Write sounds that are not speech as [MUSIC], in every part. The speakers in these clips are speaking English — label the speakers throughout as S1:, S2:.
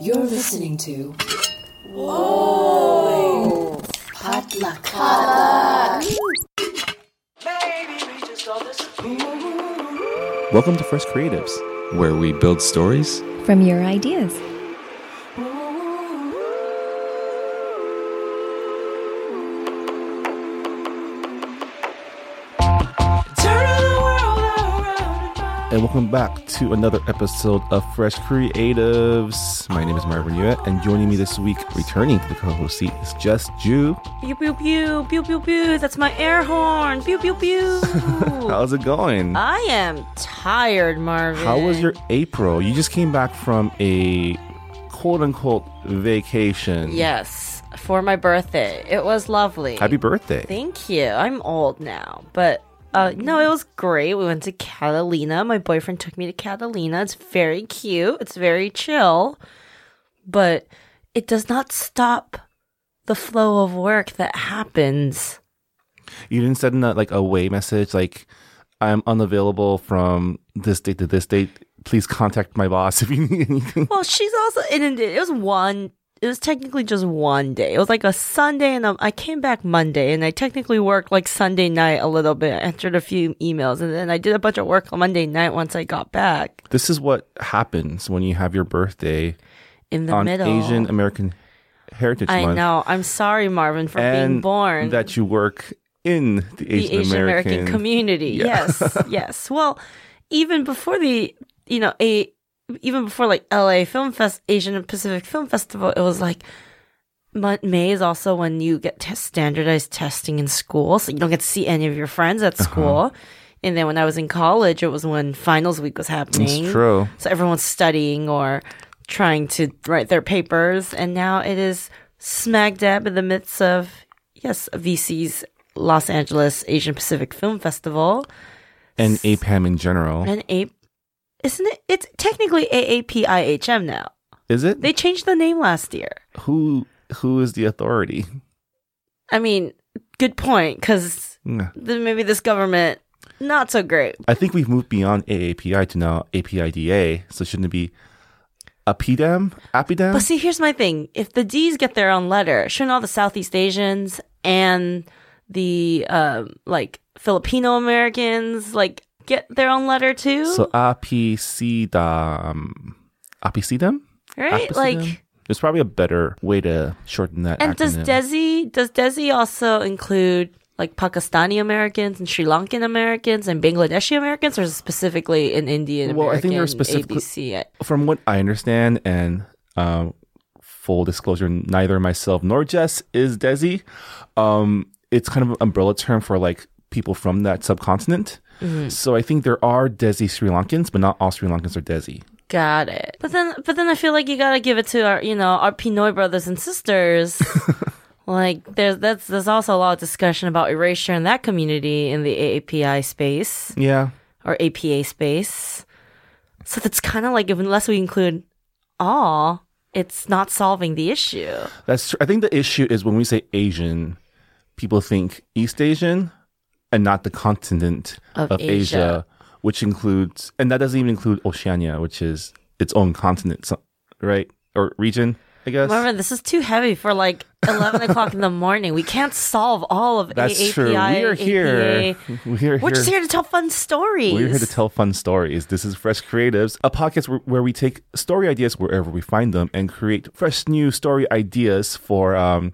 S1: You're listening to. Whoa! Potluck.
S2: Welcome to First Creatives, where we build stories.
S3: from your ideas.
S2: And welcome back to another episode of Fresh Creatives. My name is Marvin Yuet, and joining me this week, returning to the co host seat, is Just Jew.
S4: Pew pew pew pew pew pew. That's my air horn. Pew pew
S2: [LAUGHS]
S4: pew.
S2: How's it going?
S4: I am tired, Marvin.
S2: How was your April? You just came back from a quote unquote vacation.
S4: Yes, for my birthday. It was lovely.
S2: Happy birthday.
S4: Thank you. I'm old now, but uh, no, it was great. We went to Catalina. My boyfriend took me to Catalina. It's very cute. It's very chill, but it does not stop the flow of work that happens.
S2: You didn't send a, like a way message like I'm unavailable from this date to this date. Please contact my boss [LAUGHS] if you need anything.
S4: Well, she's also inundated. It was one. It was technically just one day. It was like a Sunday, and um, I came back Monday, and I technically worked like Sunday night a little bit. I answered a few emails, and then I did a bunch of work on Monday night once I got back
S2: This is what happens when you have your birthday
S4: in the
S2: on
S4: middle.
S2: Asian American Heritage
S4: I
S2: Month.
S4: know. I'm sorry, Marvin, for being
S2: And
S4: born
S2: that you work in the
S4: the
S2: Asian,
S4: Asian American, community.
S2: Yeah. [LAUGHS]
S4: Yes, yes. Well, even before the you know a even before like L.A. Film Fest, Asian and Pacific Film Festival, it was like Mon- May is also when you get test standardized testing in school, so you don't get to see any of your friends
S2: Uh-huh.
S4: at school. And then when I was in college, it was when finals week was happening.
S2: It's true.
S4: So everyone's studying or trying to write their papers, and now it is smack dab in the midst of yes, VC's Los Angeles Asian Pacific Film Festival
S2: And APAM in general.
S4: and A. Isn't it? It's technically AAPIHM now.
S2: Is it?
S4: They changed the name last year.
S2: who who is the authority?
S4: I mean, good point because
S2: Yeah.
S4: maybe this government not so great.
S2: Hmm. I think we've moved beyond AAPI to now APIDA, so shouldn't it be APIDAM? APIDAM?
S4: But see, here's my thing: if the D's get their own letter, shouldn't all the Southeast Asians and the um, like Filipino Americans like get their own letter too?
S2: So apicidam, apicidam,
S4: right?
S2: Apicidam?
S4: Like,
S2: there's probably a better way to shorten that.
S4: and does
S2: acronym.
S4: Desi does Desi also include like Pakistani Americans and Sri Lankan Americans and Bangladeshi Americans, or is it specifically an Indian
S2: Well, I
S4: American
S2: think they're specifically-
S4: ABC?
S2: from what I understand, and um, full disclosure, neither myself nor Jess is Desi. Um, it's kind of an umbrella term for like people from that subcontinent. So I think there are Desi Sri Lankans, but not all Sri Lankans are Desi.
S4: Got it. But then, but then I feel like you gotta give it to our, you know, our Pinoy brothers and
S2: [LAUGHS]
S4: sisters. like there's that's there's also a lot of discussion about erasure in that community in the AAPI space
S2: Yeah,
S4: or APA space. So that's kind of like if, unless we include all, it's not solving the issue.
S2: that's. Tr- I think the issue is when we say Asian, people think East Asian, and not the continent
S4: Of
S2: Asia.
S4: Asia.
S2: which includes, and that doesn't even include Oceania, which is its own continent, so- right or region. I guess.
S4: Marvin, this is too heavy for like
S2: [LAUGHS]
S4: eleven o'clock in the morning. We can't solve all of
S2: That's
S4: AAPI.
S2: true. We are here.
S4: APA.
S2: [LAUGHS] We are
S4: We're just here to tell fun stories.
S2: We're here to tell fun stories. This is Fresh Creatives, a podcast where, where we take story ideas wherever we find them and create fresh new story ideas for. Um,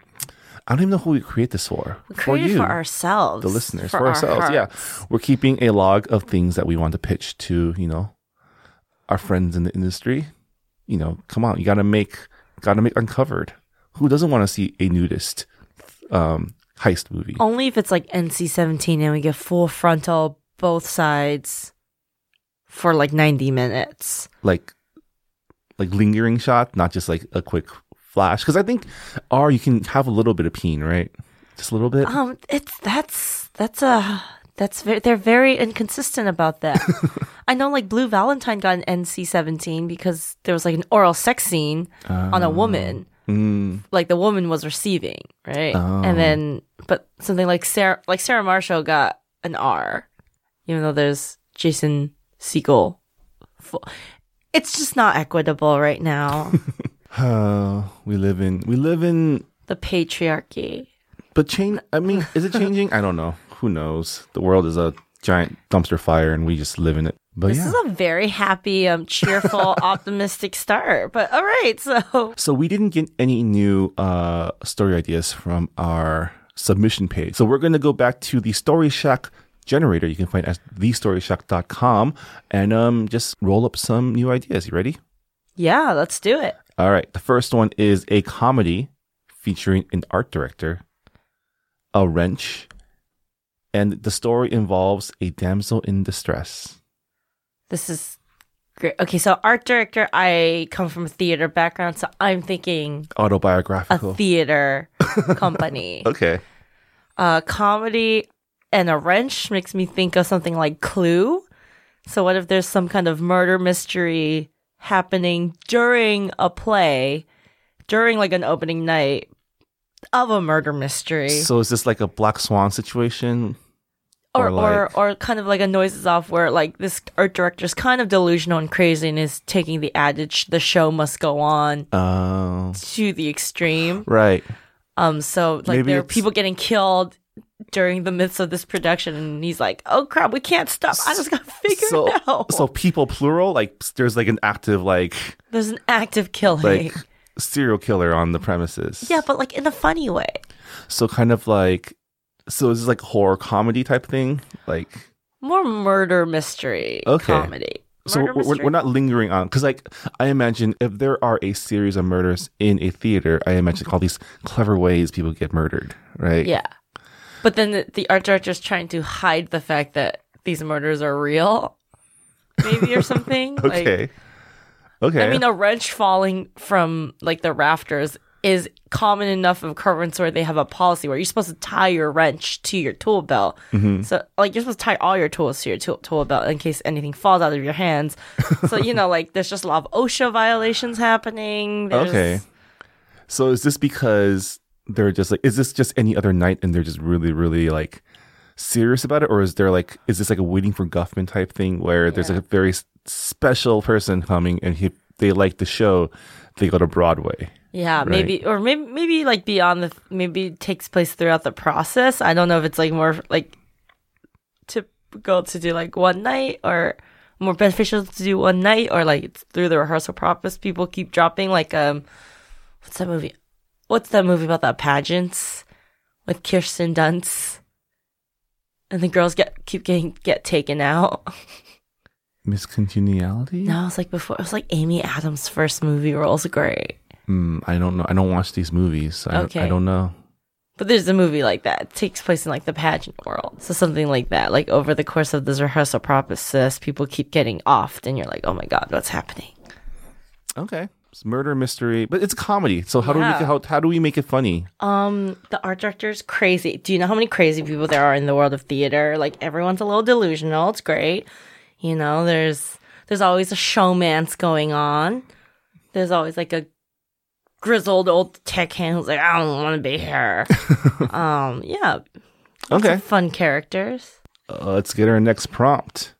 S2: I don't even know who we create this for.
S4: We created
S2: you,
S4: for ourselves,
S2: the listeners, for,
S4: our
S2: ourselves. Yeah,
S4: hearts.
S2: we're keeping a log of things that we want to pitch to you know our friends in the industry. You know, come on, you got to make, got to make uncovered. Who doesn't want to see a nudist um, heist movie?
S4: Only if it's like NC seventeen and we get full frontal both sides for like ninety minutes.
S2: like like lingering shot, not just like a quick flash. Because I think R you can have a little bit of peen, right? Just a little bit.
S4: Um, it's that's that's a that's very they're very inconsistent about
S2: [LAUGHS]
S4: that. I know like Blue Valentine got an NC seventeen because there was like an oral sex scene on a
S2: Ah.
S4: woman.
S2: Mm. [SIGHS]
S4: like the woman was receiving, right?
S2: Oh.
S4: And then, but something like Sarah, like Sarah Marshall got an R, even though there's
S2: [LAUGHS]
S4: Jason Siegel. It's just not equitable right now.
S2: we live in we live in
S4: The patriarchy.
S2: but change I mean, is it changing? I don't know. Who knows? The world is a giant dumpster fire and we just live in it. But
S4: This
S2: Oh, yeah.
S4: is a very happy, um,
S2: [LAUGHS]
S4: cheerful, optimistic start. But all right, so
S2: So we didn't get any new uh, story ideas from our submission page. So we're going to go back to the Story Shack generator. You can find at thestoryshack.com and um, just roll up some new ideas. You ready?
S4: yeah, let's do it.
S2: All right. The first one is a comedy featuring an art director, a wrench, and the story involves a damsel in distress.
S4: This is great. Okay, so art director. I come from a theater background, so I'm thinking a
S2: Autobiographical. [LAUGHS]
S4: theater company.
S2: okay.
S4: uh, comedy and a wrench makes me think of something like Clue. So, what if there's some kind of murder mystery happening during a play, during like an opening night of a murder mystery,
S2: So is this like a Black Swan situation?
S4: or,
S2: or like-
S4: or or kind of like a noises off where like this art director's kind of delusional and crazy and is taking the adage "the show must go on"
S2: Oh,
S4: to the extreme.
S2: right.
S4: Um, so like
S2: Maybe
S4: there are
S2: it's-
S4: people getting killed during the midst of this production, and he's like, "Oh crap, we can't stop. I just gotta [LAUGHS] figure
S2: so,
S4: it out."
S2: So people plural, like there's like an active like
S4: There's an active killing.
S2: like serial killer on the premises.
S4: [LAUGHS] yeah, but like in a funny way.
S2: So kind of like so is this like horror comedy type thing? Like
S4: More murder mystery
S2: Okay.
S4: comedy.
S2: so
S4: Murder
S2: we're, we're-
S4: mystery.
S2: we're not lingering on because like I imagine if there are a series of murders in a theater, I imagine all these clever ways people get murdered, right?
S4: Yeah. But then the, the art director's trying to hide the fact that these murders are real, maybe
S2: [LAUGHS]
S4: or something.
S2: Okay.
S4: Like,
S2: okay.
S4: I mean, a wrench falling from like the rafters is common enough of occurrence where they have a policy where you're supposed to tie your wrench to your tool belt.
S2: Mm-hmm.
S4: So, like, you're supposed to tie all your tools to your tool, tool belt in case anything falls out of your hands. so,
S2: [LAUGHS]
S4: you know, like, there's just a lot of OSHA violations happening. There's-
S2: Okay. So is this because they're just like is this just any other night and they're just really really like serious about it or is there like is this like a waiting for Guffman type thing where there's like a very s- special person coming and he they like the show they go to Broadway.
S4: Yeah, maybe, or maybe, maybe like beyond the, maybe it takes place throughout the process. I don't know if it's like more like typical to do like one night or more beneficial to do one night or like it's through the rehearsal process. People keep dropping like, um, what's that movie? What's that movie about that pageants with Kirsten Dunst? And the girls get keep getting get taken out. [LAUGHS]
S2: Miscongeniality?
S4: No, it was like before. It was like Amy Adams' first movie role. It was great.
S2: Hmm, I don't know. I don't watch these movies. so I, don't- I
S4: Okay.
S2: don't know.
S4: But there's a movie like that. It takes place in like the pageant world. So something like that. Like over the course of this rehearsal process, people keep getting offed and you're like, oh my God, what's happening?
S2: Okay. It's murder mystery, but it's a comedy. So how do we make
S4: Yeah.
S2: it, how, how do we make it funny?
S4: Um, the art director is crazy. Do you know how many crazy people there are in the world of theater? Like everyone's a little delusional. It's great. You know, there's there's always a showmance going on. There's always like a grizzled old tech hand who's like, I don't want to be here. um, yeah,
S2: Okay.
S4: fun characters.
S2: Uh, let's get our next prompt.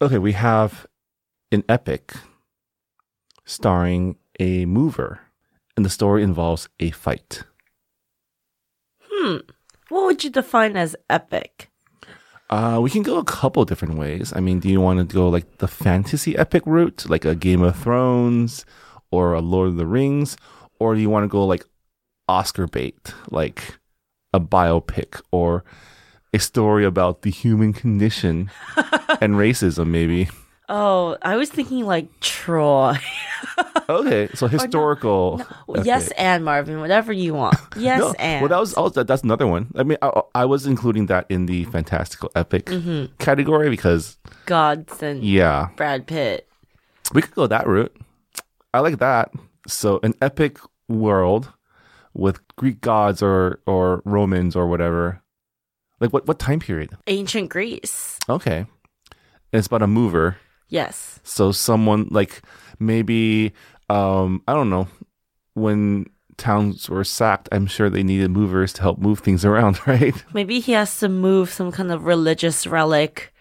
S2: Okay, we have an epic starring a mover, and the story involves a fight.
S4: What would you define as epic?
S2: Uh, we can go a couple different ways. I mean, do you want to go like the fantasy epic route, like a Game of Thrones or a Lord of the Rings, or do you want to go like Oscar bait, like a biopic or a story about the human condition and racism, maybe?
S4: Oh, I was thinking like Troy.
S2: Okay, so historical. epic.
S4: Yes, and Marvin, whatever you
S2: [LAUGHS]
S4: want. Yes,
S2: No,
S4: and.
S2: well, that was, also that's another one. I mean, I, I was including that in the fantastical epic
S4: Mm-hmm.
S2: category because
S4: Gods and
S2: yeah,
S4: Brad Pitt.
S2: we could go that route. I like that. So an epic world with Greek gods or or Romans or whatever. Like what what time period?
S4: Ancient Greece.
S2: Okay, and it's about a mover.
S4: Yes.
S2: So someone like maybe um I don't know when towns were sacked, I'm sure they needed movers to help move things [LAUGHS] around, right?
S4: Maybe he has to move some kind of religious relic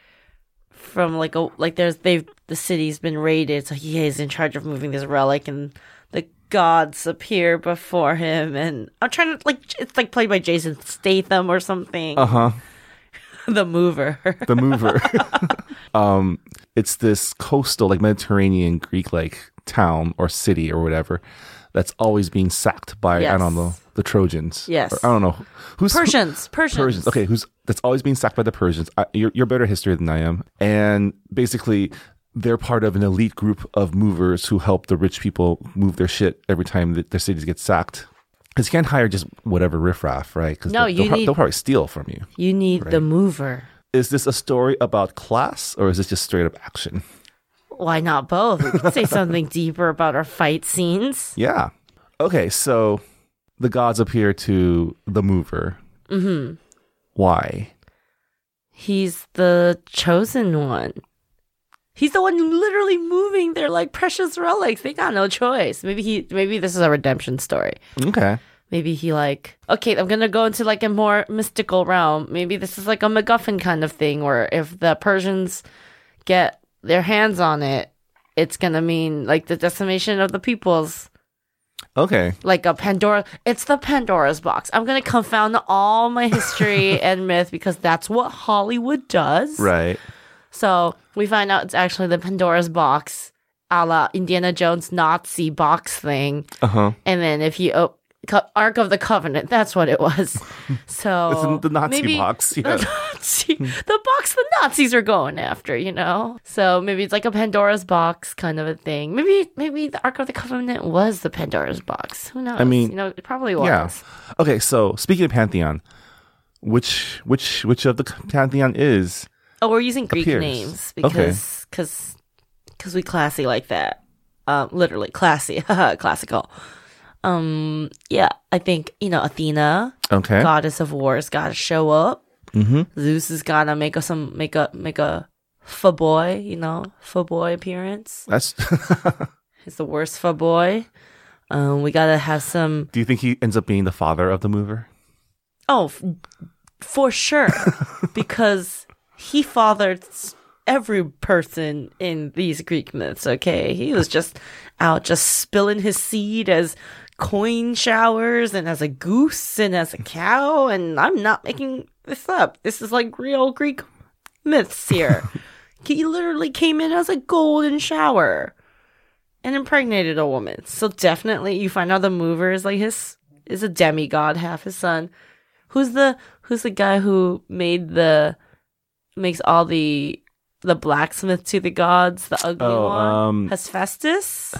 S4: from like a like there's they've the city's been raided, so he is in charge of moving this relic and the gods appear before him, and I'm trying to like it's like played by Jason Statham or something.
S2: Uh huh.
S4: [LAUGHS] the
S2: [LAUGHS]
S4: Mover. [LAUGHS]
S2: The mover. um, it's this coastal, like Mediterranean Greek, like town or city or whatever that's always being sacked by I don't know
S4: Yes.
S2: the Trojans.
S4: Yes.
S2: Or I don't know who's
S4: Persians, Persians.
S2: Persians. Okay, who's that's always being sacked by the Persians. I, you're, you're better at history than I am. And basically, they're part of an elite group of movers who help the rich people move their shit every time that their cities get sacked. Because you can't hire just whatever riffraff, right? Because
S4: No,
S2: they'll,
S4: you
S2: they'll, prob-
S4: need-
S2: they'll probably steal from you.
S4: You need the Mover.
S2: Is this a story about class or is this just straight up action?
S4: Why not both? We could say something deeper about our fight scenes.
S2: Yeah. Okay, so the gods appear to the mover.
S4: hmm
S2: Why?
S4: He's the chosen one. He's the one literally moving their like precious relics. They got no choice. Maybe he. Maybe this is a redemption story.
S2: Okay.
S4: Maybe he like okay. I'm gonna go into like a more mystical realm. Maybe this is like a MacGuffin kind of thing, where if the Persians get their hands on it, it's gonna mean like the decimation of the peoples.
S2: Okay.
S4: like a Pandora. It's the Pandora's box. I'm gonna confound all my history and myth because that's what Hollywood does.
S2: Right.
S4: So we find out it's actually the Pandora's box, a la Indiana Jones Nazi box thing.
S2: Uh huh.
S4: And then if you op- Co- Ark of the Covenant, that's what it
S2: [LAUGHS]
S4: was. So
S2: It's in the Nazi
S4: maybe-
S2: box, yeah.
S4: the Nazi, the box the Nazis are going after, you know. So maybe it's like a Pandora's box kind of a thing. Maybe maybe the Ark of the Covenant was the Pandora's box. Who knows?
S2: mean,
S4: you know, it probably was.
S2: Yeah. Okay, so speaking of pantheon, which which which of the pantheon is
S4: Oh, we're using Greek
S2: Appears.
S4: names
S2: Okay.
S4: because because because we classy like that. Um, literally classy, [LAUGHS] classical. Um, yeah, I think you know Athena,
S2: okay?
S4: goddess of war, has got to show up.
S2: Mm-hmm.
S4: Zeus is gonna make a some make a make a fa boy, you know, fa boy appearance.
S2: That's. [LAUGHS]
S4: He's the worst fa boy. Um, we gotta have some.
S2: Do you think he ends up being the father of the mover?
S4: Oh, f- for sure, because he fathered s- every person in these Greek myths. Okay, he was just out just spilling his seed as coin showers and as a goose and as a cow. And I'm not making this up. This is like real Greek myths
S2: [LAUGHS]
S4: here. he literally came in as a golden shower and impregnated a woman. So definitely, you find out the mover is like his is a demigod, half his son. Who's the who's the guy who made the makes all the the blacksmith to the gods, the ugly
S2: Oh,
S4: one?
S2: um,
S4: Hephaestus,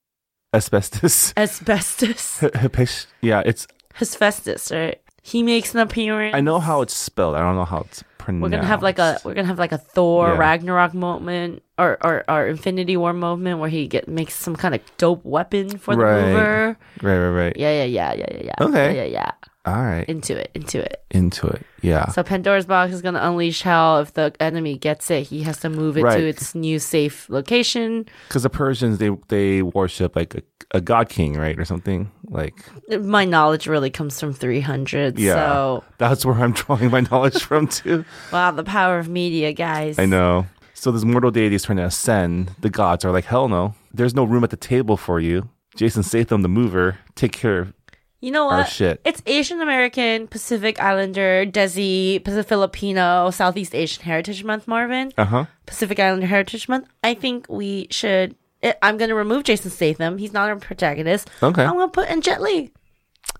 S4: [LAUGHS]
S2: Asbestos. [LAUGHS]
S4: asbestos,
S2: Hepesh- yeah, it's.
S4: Hephaestus, right? He makes an appearance.
S2: I know how it's spelled. I don't know how it's pronounced.
S4: We're gonna have like a we're gonna have like a Thor
S2: Yeah.
S4: Ragnarok moment or, or or Infinity War moment where he get makes some kind of dope weapon for the
S2: Right.
S4: mover.
S2: right, right, right.
S4: Yeah, yeah, yeah, yeah, yeah, yeah.
S2: Okay.
S4: Yeah, yeah, yeah.
S2: All right,
S4: Into it, into it.
S2: into it. Yeah.
S4: So Pandora's box is gonna unleash hell. If the enemy gets it, he has to move it
S2: Right.
S4: to its new safe location.
S2: because the Persians they they worship like a, a god king, right, or something like.
S4: My knowledge really comes from 300.
S2: Yeah,
S4: So
S2: that's where I'm [LAUGHS] drawing my knowledge from too.
S4: wow, the power of media, guys.
S2: I know. So this mortal deity is trying to ascend. The gods are like, hell no. There's no room at the table for you. Jason Statham, the mover, take care of
S4: You know
S2: our
S4: what?
S2: shit.
S4: It's Asian American, Pacific Islander, Desi, Pacific Filipino, Southeast Asian Heritage Month, Marvin.
S2: Uh huh.
S4: Pacific Islander Heritage Month. I think we should. I- I'm going to remove Jason Statham. He's not our protagonist.
S2: Okay.
S4: I'm going to put in Jet Li.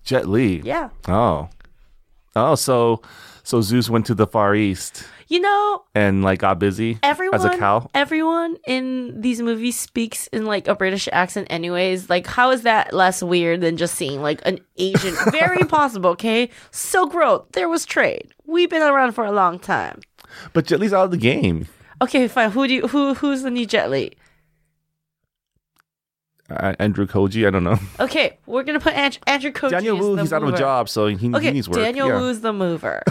S2: Jet Li.
S4: Yeah.
S2: Oh. Oh, so so Zeus went to the Far East
S4: You know,
S2: and like got busy
S4: everyone
S2: as a cow.
S4: everyone in these movies speaks in like a british accent anyways like how is that less weird than just seeing like an
S2: [LAUGHS]
S4: asian very possible okay silk road there was trade we've been around for a long time
S2: But Jet Li's out of the game.
S4: Okay, fine. Who do you, who who's the new Jet Li?
S2: Uh, Andrew Koji, I don't know.
S4: Okay, we're gonna put Andrew, Andrew [LAUGHS] Koji.
S2: Daniel
S4: is
S2: Wu,
S4: the
S2: he's out of a
S4: mover.
S2: job, so he, he
S4: Okay,
S2: needs work.
S4: Daniel
S2: Yeah.
S4: Wu's the
S2: [LAUGHS]
S4: mover.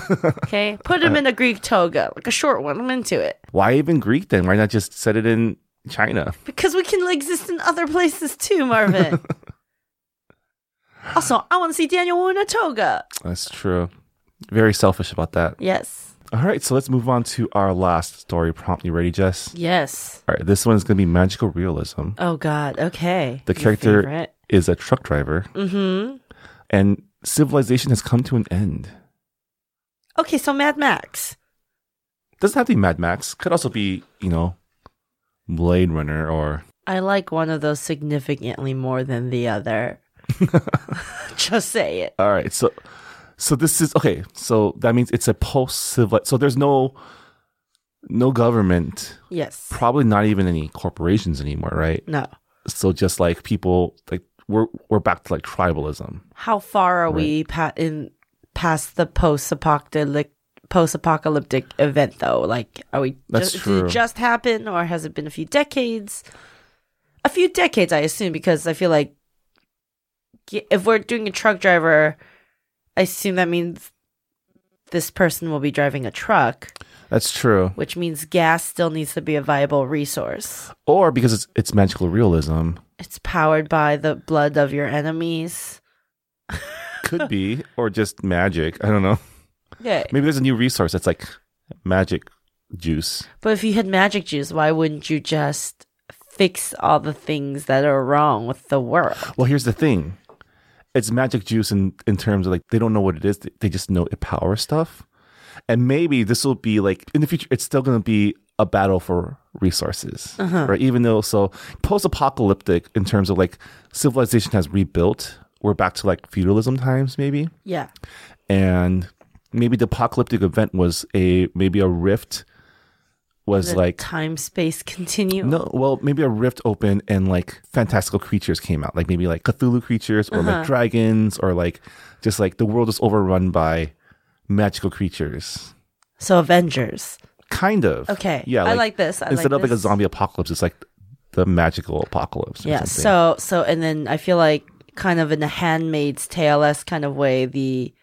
S4: Okay, put him in a Greek toga, like a short one. I'm into it
S2: Why even Greek then? Why not just set it in China?
S4: because we can exist in other places too,
S2: [LAUGHS]
S4: Marvin. also, I want to see Daniel Wu in a toga.
S2: That's true. Very selfish about that.
S4: Yes,
S2: All right, so let's move on to our last story prompt. You ready, Jess?
S4: yes.
S2: All right, this one is going to be magical realism.
S4: Oh God. Okay.
S2: The
S4: Your
S2: character
S4: favorite. Mm-hmm.
S2: is a truck driver. And civilization has come to an end.
S4: Okay, so Mad Max.
S2: Doesn't have to be Mad Max. Could also be, you know, Blade Runner or
S4: I like one of those significantly more than the
S2: [LAUGHS]
S4: other. [LAUGHS] Just say it.
S2: All right. So so this is okay. So that means it's a post civil so there's no no government,
S4: Yes.
S2: probably not even any corporations anymore, right?
S4: No.
S2: So just like people like we're we're back to like tribalism.
S4: How far are we pa- in past the post-apocalyptic post-apocalyptic event though? Like are we
S2: That's
S4: ju- did
S2: true.
S4: it just happen or has it been a few decades? A few decades I assume because I feel like ge- if we're doing a truck driver, I assume that means this person will be driving a truck,
S2: That's true.
S4: which means gas still needs to be a viable resource.
S2: Or because it's it's magical realism,
S4: It's powered by the blood of your enemies.
S2: could be or just magic. I don't know.
S4: Yeah.
S2: Maybe there's a new resource that's like magic juice.
S4: But if you had magic juice, why wouldn't you just fix all the things that are wrong with the world?
S2: Well, here's the thing. It's magic juice in, in terms of like they don't know what it is. They just know it powers stuff. And maybe this will be like in the future, it's still going to be a battle for resources, right? Even though so post apocalyptic in terms of like civilization has rebuilt. We're back to like feudalism times, maybe.
S4: Yeah.
S2: And maybe the apocalyptic event was a maybe a rift was like
S4: time space continuum.
S2: No, well, maybe a rift opened and like fantastical creatures came out, like maybe like Cthulhu creatures or
S4: Uh-huh.
S2: like dragons or like just like the world is overrun by magical creatures.
S4: So Avengers.
S2: Kind of.
S4: Okay.
S2: Yeah.
S4: I like this. I like
S2: instead of like a
S4: this.
S2: zombie apocalypse, it's like the magical apocalypse. Or
S4: Yeah.
S2: something.
S4: So so and then I feel like kind of in a handmaid's tale esque kind of way, the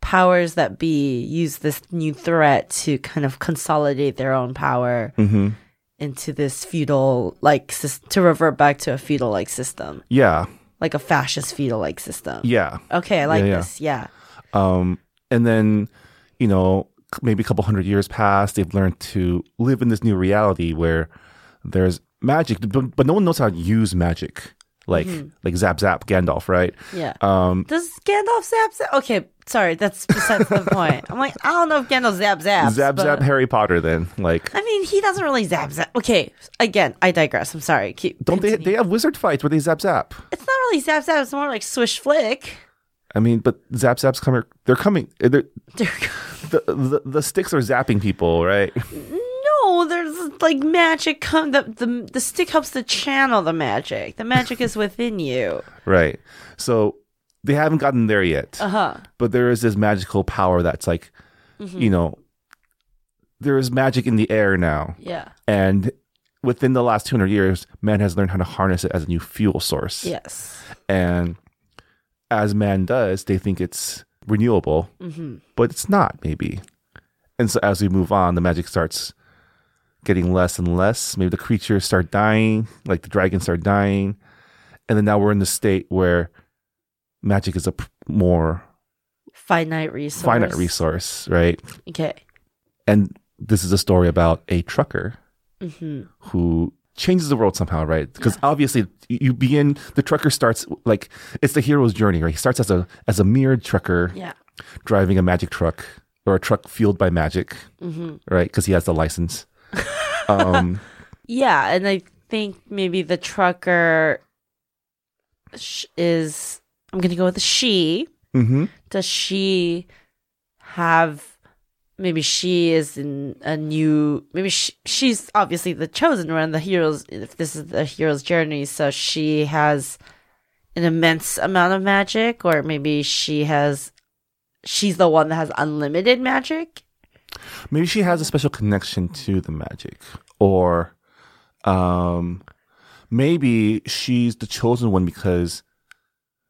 S4: powers that be use this new threat to kind of consolidate their own power
S2: Mhm.
S4: into this feudal like sys- to revert back to a feudal like system,
S2: Yeah.
S4: like a fascist feudal like system.
S2: Yeah.
S4: Okay, I like
S2: yeah.
S4: this. Yeah.
S2: Um, and then, you know, c- maybe a couple hundred years pass. They've learned to live in this new reality where there's magic, but, but no one knows how to use magic. Like,
S4: Mm-hmm.
S2: like Zap Zap Gandalf, right?
S4: Yeah.
S2: Um,
S4: Does Gandalf zap zap? Okay, sorry, that's besides the point. I'm like, I don't know if Gandalf zap zaps.
S2: Zap
S4: but-
S2: Zap Harry Potter. Then, like,
S4: I mean, he doesn't really zap zap. Okay, again, I digress. I'm sorry. Keep,
S2: don't they?
S4: continue.
S2: They have wizard fights where they Zap Zap.
S4: It's not really zap zap. It's more like swish flick.
S2: I mean, but Zap Zap's coming. They're coming. eh, They're,
S4: They're-
S2: the, the the sticks are zapping people, right? [LAUGHS]
S4: no, there's like magic. Come the, the the stick helps to channel the magic. The magic is within you.
S2: right. So they haven't gotten there yet.
S4: Uh huh.
S2: but there is this magical power that's like, you know, there is magic in the air now.
S4: Yeah.
S2: And within the last 200 years, man has learned how to harness it as a new fuel source.
S4: Yes.
S2: And as man does, they think it's renewable,
S4: Mm-hmm.
S2: but it's not, maybe. And so as we move on, the magic starts getting less and less. Maybe the creatures start dying, like the dragons start dying. And then now we're in the state where magic is a p- more
S4: Finite resource.
S2: finite resource, right?
S4: Okay.
S2: And this is a story about a trucker
S4: hmm
S2: who changes the world somehow, right? Because obviously you begin the trucker starts like it's the hero's journey, right? He starts as a as a mere trucker
S4: Yeah.
S2: driving a magic truck or a truck fueled by magic,
S4: hmm
S2: right? Because he has the license. um
S4: Yeah, and I think maybe the trucker sh- is. I'm gonna go with she.
S2: mhm.
S4: Does she have? Maybe she is in a new. Maybe she, she's obviously the chosen one, the hero's. If this is the hero's journey, so she has an immense amount of magic, or maybe she has. She's the one that has unlimited magic.
S2: Maybe she has a special connection to the magic, or um, maybe she's the chosen one because.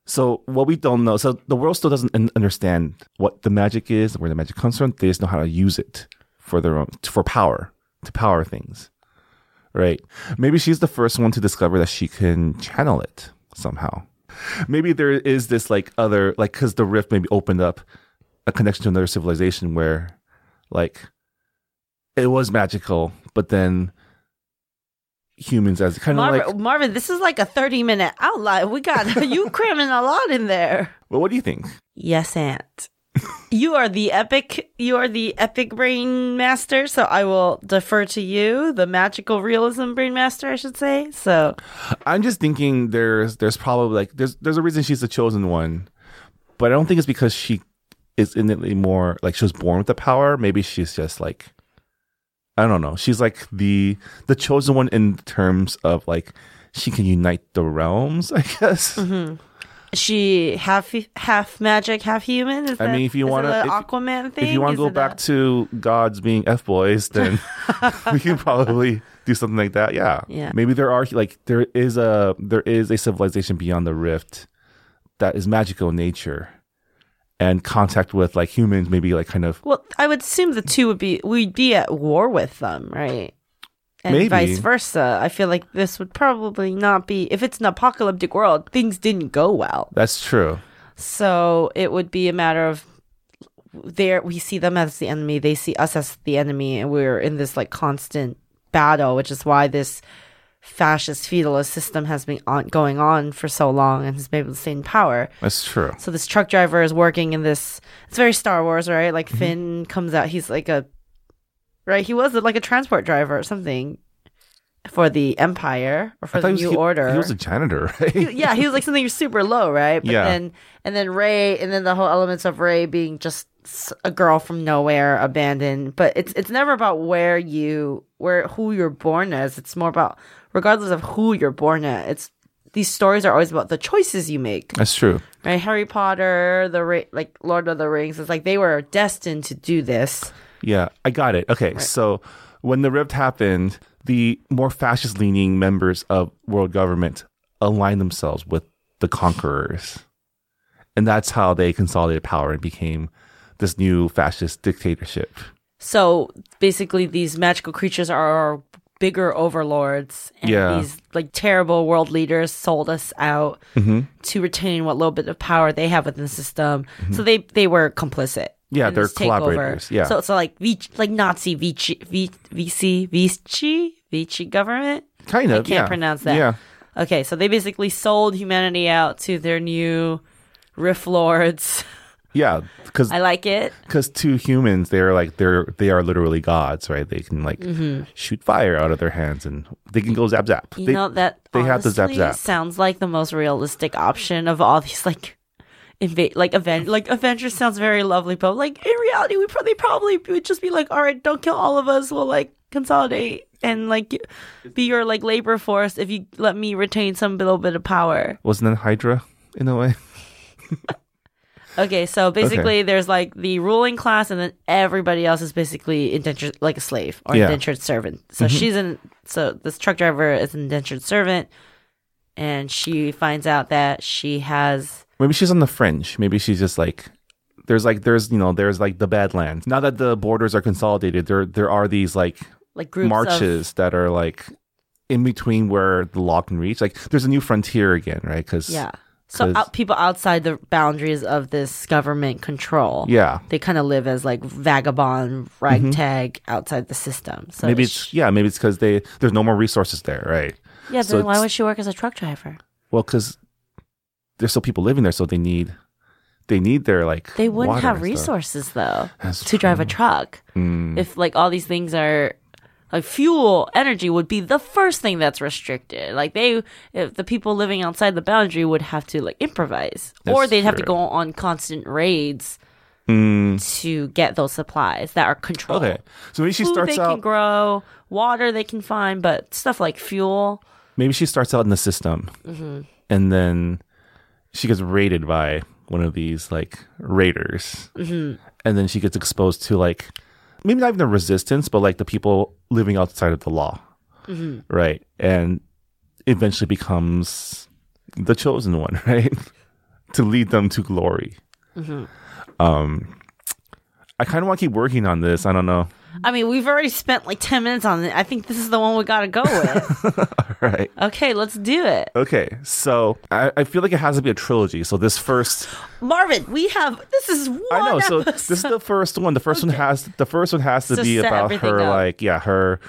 S2: So what we don't know, so the world still doesn't un- understand what the magic is, where the magic comes from. They just know how to use it for their own, for power, to power things, right? Maybe she's the first one to discover that she can channel it somehow. Maybe there is this like other, like because the rift maybe opened up a connection to another civilization where like it was magical, but then humans as kind of
S4: Marvin,
S2: like.
S4: Marvin, this is like a 30 minute outline. We got [LAUGHS] you cramming a lot in there.
S2: Well, what do you think?
S4: Yes, aunt. you are the epic you are the epic brain master, so I will defer to you, the magical realism brain master, I should say. So
S2: I'm just thinking there's there's probably like there's there's a reason she's the chosen one, but I don't think it's because she is innately more like she was born with the power. Maybe she's just like I don't know. She's like the the chosen one in terms of like she can unite the realms. [LAUGHS] I guess.
S4: she half half magic, half human. Is
S2: I
S4: that-
S2: mean, if you
S4: is it
S2: wanna-
S4: the
S2: if-
S4: Aquaman thing,
S2: If you want
S4: Is
S2: to go
S4: it
S2: back
S4: a-
S2: to gods being f
S4: [LAUGHS]
S2: boys, then we can probably do something like that. Yeah.
S4: Yeah.
S2: Maybe there are like there is a there is a civilization beyond the rift that is magical in nature, and contact with like humans maybe like kind of
S4: well, I would assume the two would be we'd be at war with them, right? And
S2: Maybe.
S4: vice versa. I feel like this would probably not be if it's an apocalyptic world. Things didn't go well.
S2: that's true.
S4: So it would be a matter of there we see them as the enemy, they see us as the enemy, and we're in this like constant battle, which is why this fascist feudalist system has been on, going on for so long and has been able to stay in power.
S2: That's true.
S4: So this truck driver is working in this. It's very Star Wars, right? Like
S2: Mm-hmm.
S4: Finn comes out, he's like a right. He was like a transport driver or something for the Empire or for
S2: I thought
S4: the
S2: he
S4: New
S2: was- he-
S4: Order
S2: He was a janitor, [LAUGHS] right?
S4: yeah, he was like something super low, right? But
S2: Yeah.
S4: then and then Ray and then the whole elements of Ray being just s- a girl from nowhere, abandoned. But it's it's never about where you where who you're born as. It's more about regardless of who you're born at. It's these stories are always about the choices you make,
S2: That's true.
S4: right? Harry Potter, the Ra- like Lord of the Rings. It's like they were destined to do this.
S2: Yeah, I got it. Okay, so when the rift happened, the more fascist leaning members of world government aligned themselves with the conquerors. And that's how they consolidated power and became this new fascist dictatorship.
S4: So basically, these magical creatures are our bigger overlords, and
S2: Yeah.
S4: these like terrible world leaders sold us out
S2: Mm-hmm.
S4: to retain what little bit of power they have within the system. So they they were complicit.
S2: Mm-hmm. Yeah,
S4: in
S2: they're
S4: this takeover.
S2: collaborators, yeah.
S4: So so like Vic- like Nazi Vici V- VC Vichy Vichy government.
S2: Kind
S4: I
S2: of.
S4: can't
S2: yeah.
S4: pronounce that.
S2: Yeah.
S4: Okay, so they basically sold humanity out to their new riff lords.
S2: Yeah, because
S4: I like it.
S2: to humans they're like they're they are literally gods, right? They can like shoot fire out of their hands and they can go zap zap.
S4: Mm-hmm. You
S2: They-
S4: know that
S2: they have the zap
S4: honestly
S2: zap.
S4: Sounds like the most realistic option of all these like invade like event like Avengers sounds very lovely, but like in reality, we probably probably would just be like, all right, don't kill all of us. We'll like consolidate and like be your like labor force if you let me retain some little bit of power.
S2: Wasn't that Hydra in a way?
S4: Okay, so basically, there's like the ruling class, and then everybody else is basically indentured, like a slave or
S2: Yeah. Mm-hmm.
S4: indentured servant. So she's in. So this truck driver is an indentured servant, and she finds out that she has.
S2: Maybe she's on the fringe. Maybe she's just like there's like there's you know there's like the badlands. Now that the borders are consolidated, there there are these like
S4: Like groups of-
S2: marches that are like in between where the law can reach. Like there's a new frontier again, right? Because
S4: yeah. So
S2: 'cause-
S4: out, people outside the boundaries of this government control.
S2: yeah,
S4: They kind of live as like vagabond ragtag outside the system. So
S2: Mm-hmm. maybe
S4: she-
S2: it's yeah maybe it's because they there's no more resources there, right?
S4: yeah.
S2: so
S4: Then why
S2: it's-
S4: would she work as a truck driver?
S2: Well, because there's still people living there, so they need they need their like
S4: They wouldn't
S2: water
S4: have
S2: and stuff. Mm.
S4: resources though
S2: That's
S4: to drive a truck. If like all these things are like fuel, energy would be the first thing that's restricted. Like they if the people living outside the boundary would have to like improvise or
S2: That's
S4: they'd have to
S2: true.
S4: go on constant raids
S2: Mm,
S4: to get those supplies that are controlled.
S2: okay, so maybe she
S4: Food
S2: starts
S4: they
S2: out
S4: can grow, water they can find, but stuff like fuel.
S2: maybe she starts out in the system and then she gets raided by one of these like raiders and then she gets exposed to like maybe not even the resistance but like the people living outside of the law right and eventually becomes the chosen one [LAUGHS] right to lead them to glory um i kind of want to keep working on this i don't know [LAUGHS]
S4: I mean, we've already spent like 10 minutes on it. I think this is the one we got to go
S2: [LAUGHS]
S4: with.
S2: all right
S4: okay, let's do it.
S2: okay so I, I feel like it has to be a trilogy so this first
S4: Marvin, we have this is one
S2: I know. So
S4: [LAUGHS] episode.
S2: this is the first one. The first one has the first one has to
S4: So
S2: be
S4: set
S2: about
S4: everything
S2: her,
S4: up.
S2: like yeah, her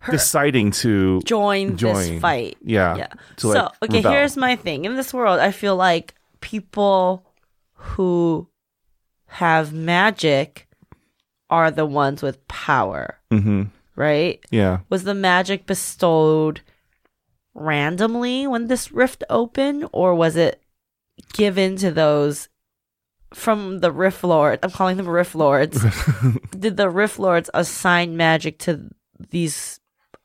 S4: her
S2: deciding to
S4: join,
S2: join.
S4: this fight.
S2: Yeah.
S4: Yeah.
S2: To, like,
S4: so, okay,
S2: rebel.
S4: here's my thing. In this world, I feel like people who have magic are the ones with power,
S2: hmm
S4: right?
S2: Yeah.
S4: Was the magic bestowed randomly when this rift opened, or was it given to those from the rift lord? I'm calling them rift
S2: [LAUGHS]
S4: lords. Did the rift lords assign magic to these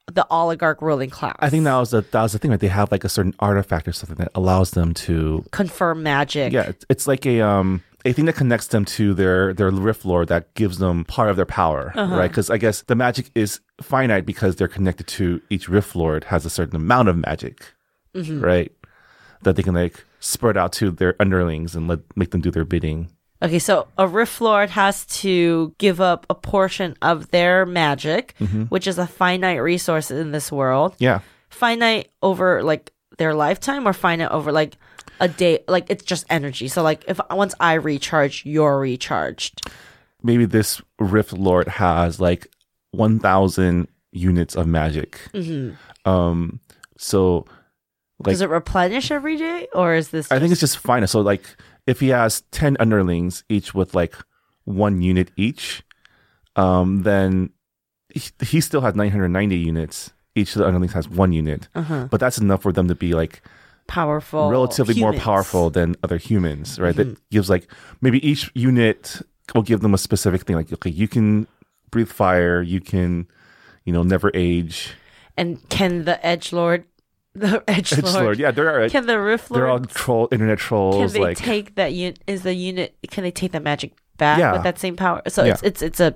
S4: the oligarch ruling class?
S2: I think that was the that was the thing that they have like a certain artifact or something that allows them to
S4: confirm magic.
S2: yeah it's- it's like a um a thing that connects them to their their rift lord that gives them part of their power right because I guess the magic is finite because they're connected to each rift lord has a certain amount of magic right that they can like spread out to their underlings and let make them do their bidding
S4: Okay, so a Rift Lord has to give up a portion of their magic,
S2: Mm-hmm.
S4: which is a finite resource in this world.
S2: yeah
S4: Finite over like their lifetime or finite over like a day like it's just energy. So like if once I recharge, you're recharged.
S2: maybe this rift lord has like 1000 units of magic um so
S4: Does it replenish every day or is this
S2: I think it's just fine. So like if he has ten underlings, each with like one unit each, um, then he, he still has nine hundred ninety units. Each of the underlings has one unit, but that's enough for them to be like
S4: uh-huh, powerful
S2: relatively more
S4: humans? Mm-hmm.
S2: powerful than other humans, right? That gives like maybe each unit will give them a specific thing, like okay, you can breathe fire, you can, you know, never age. [LAUGHS]
S4: And can the Edge Lord [LAUGHS] the Edge
S2: Edgelord.
S4: Lord
S2: yeah, there are.
S4: can the Rift
S2: They're all
S4: Lord
S2: troll internet
S4: can
S2: trolls.
S4: they
S2: like
S4: take that unit is the unit can they take that magic back
S2: Yeah.
S4: with that same power so it's
S2: Yeah.
S4: it's it's a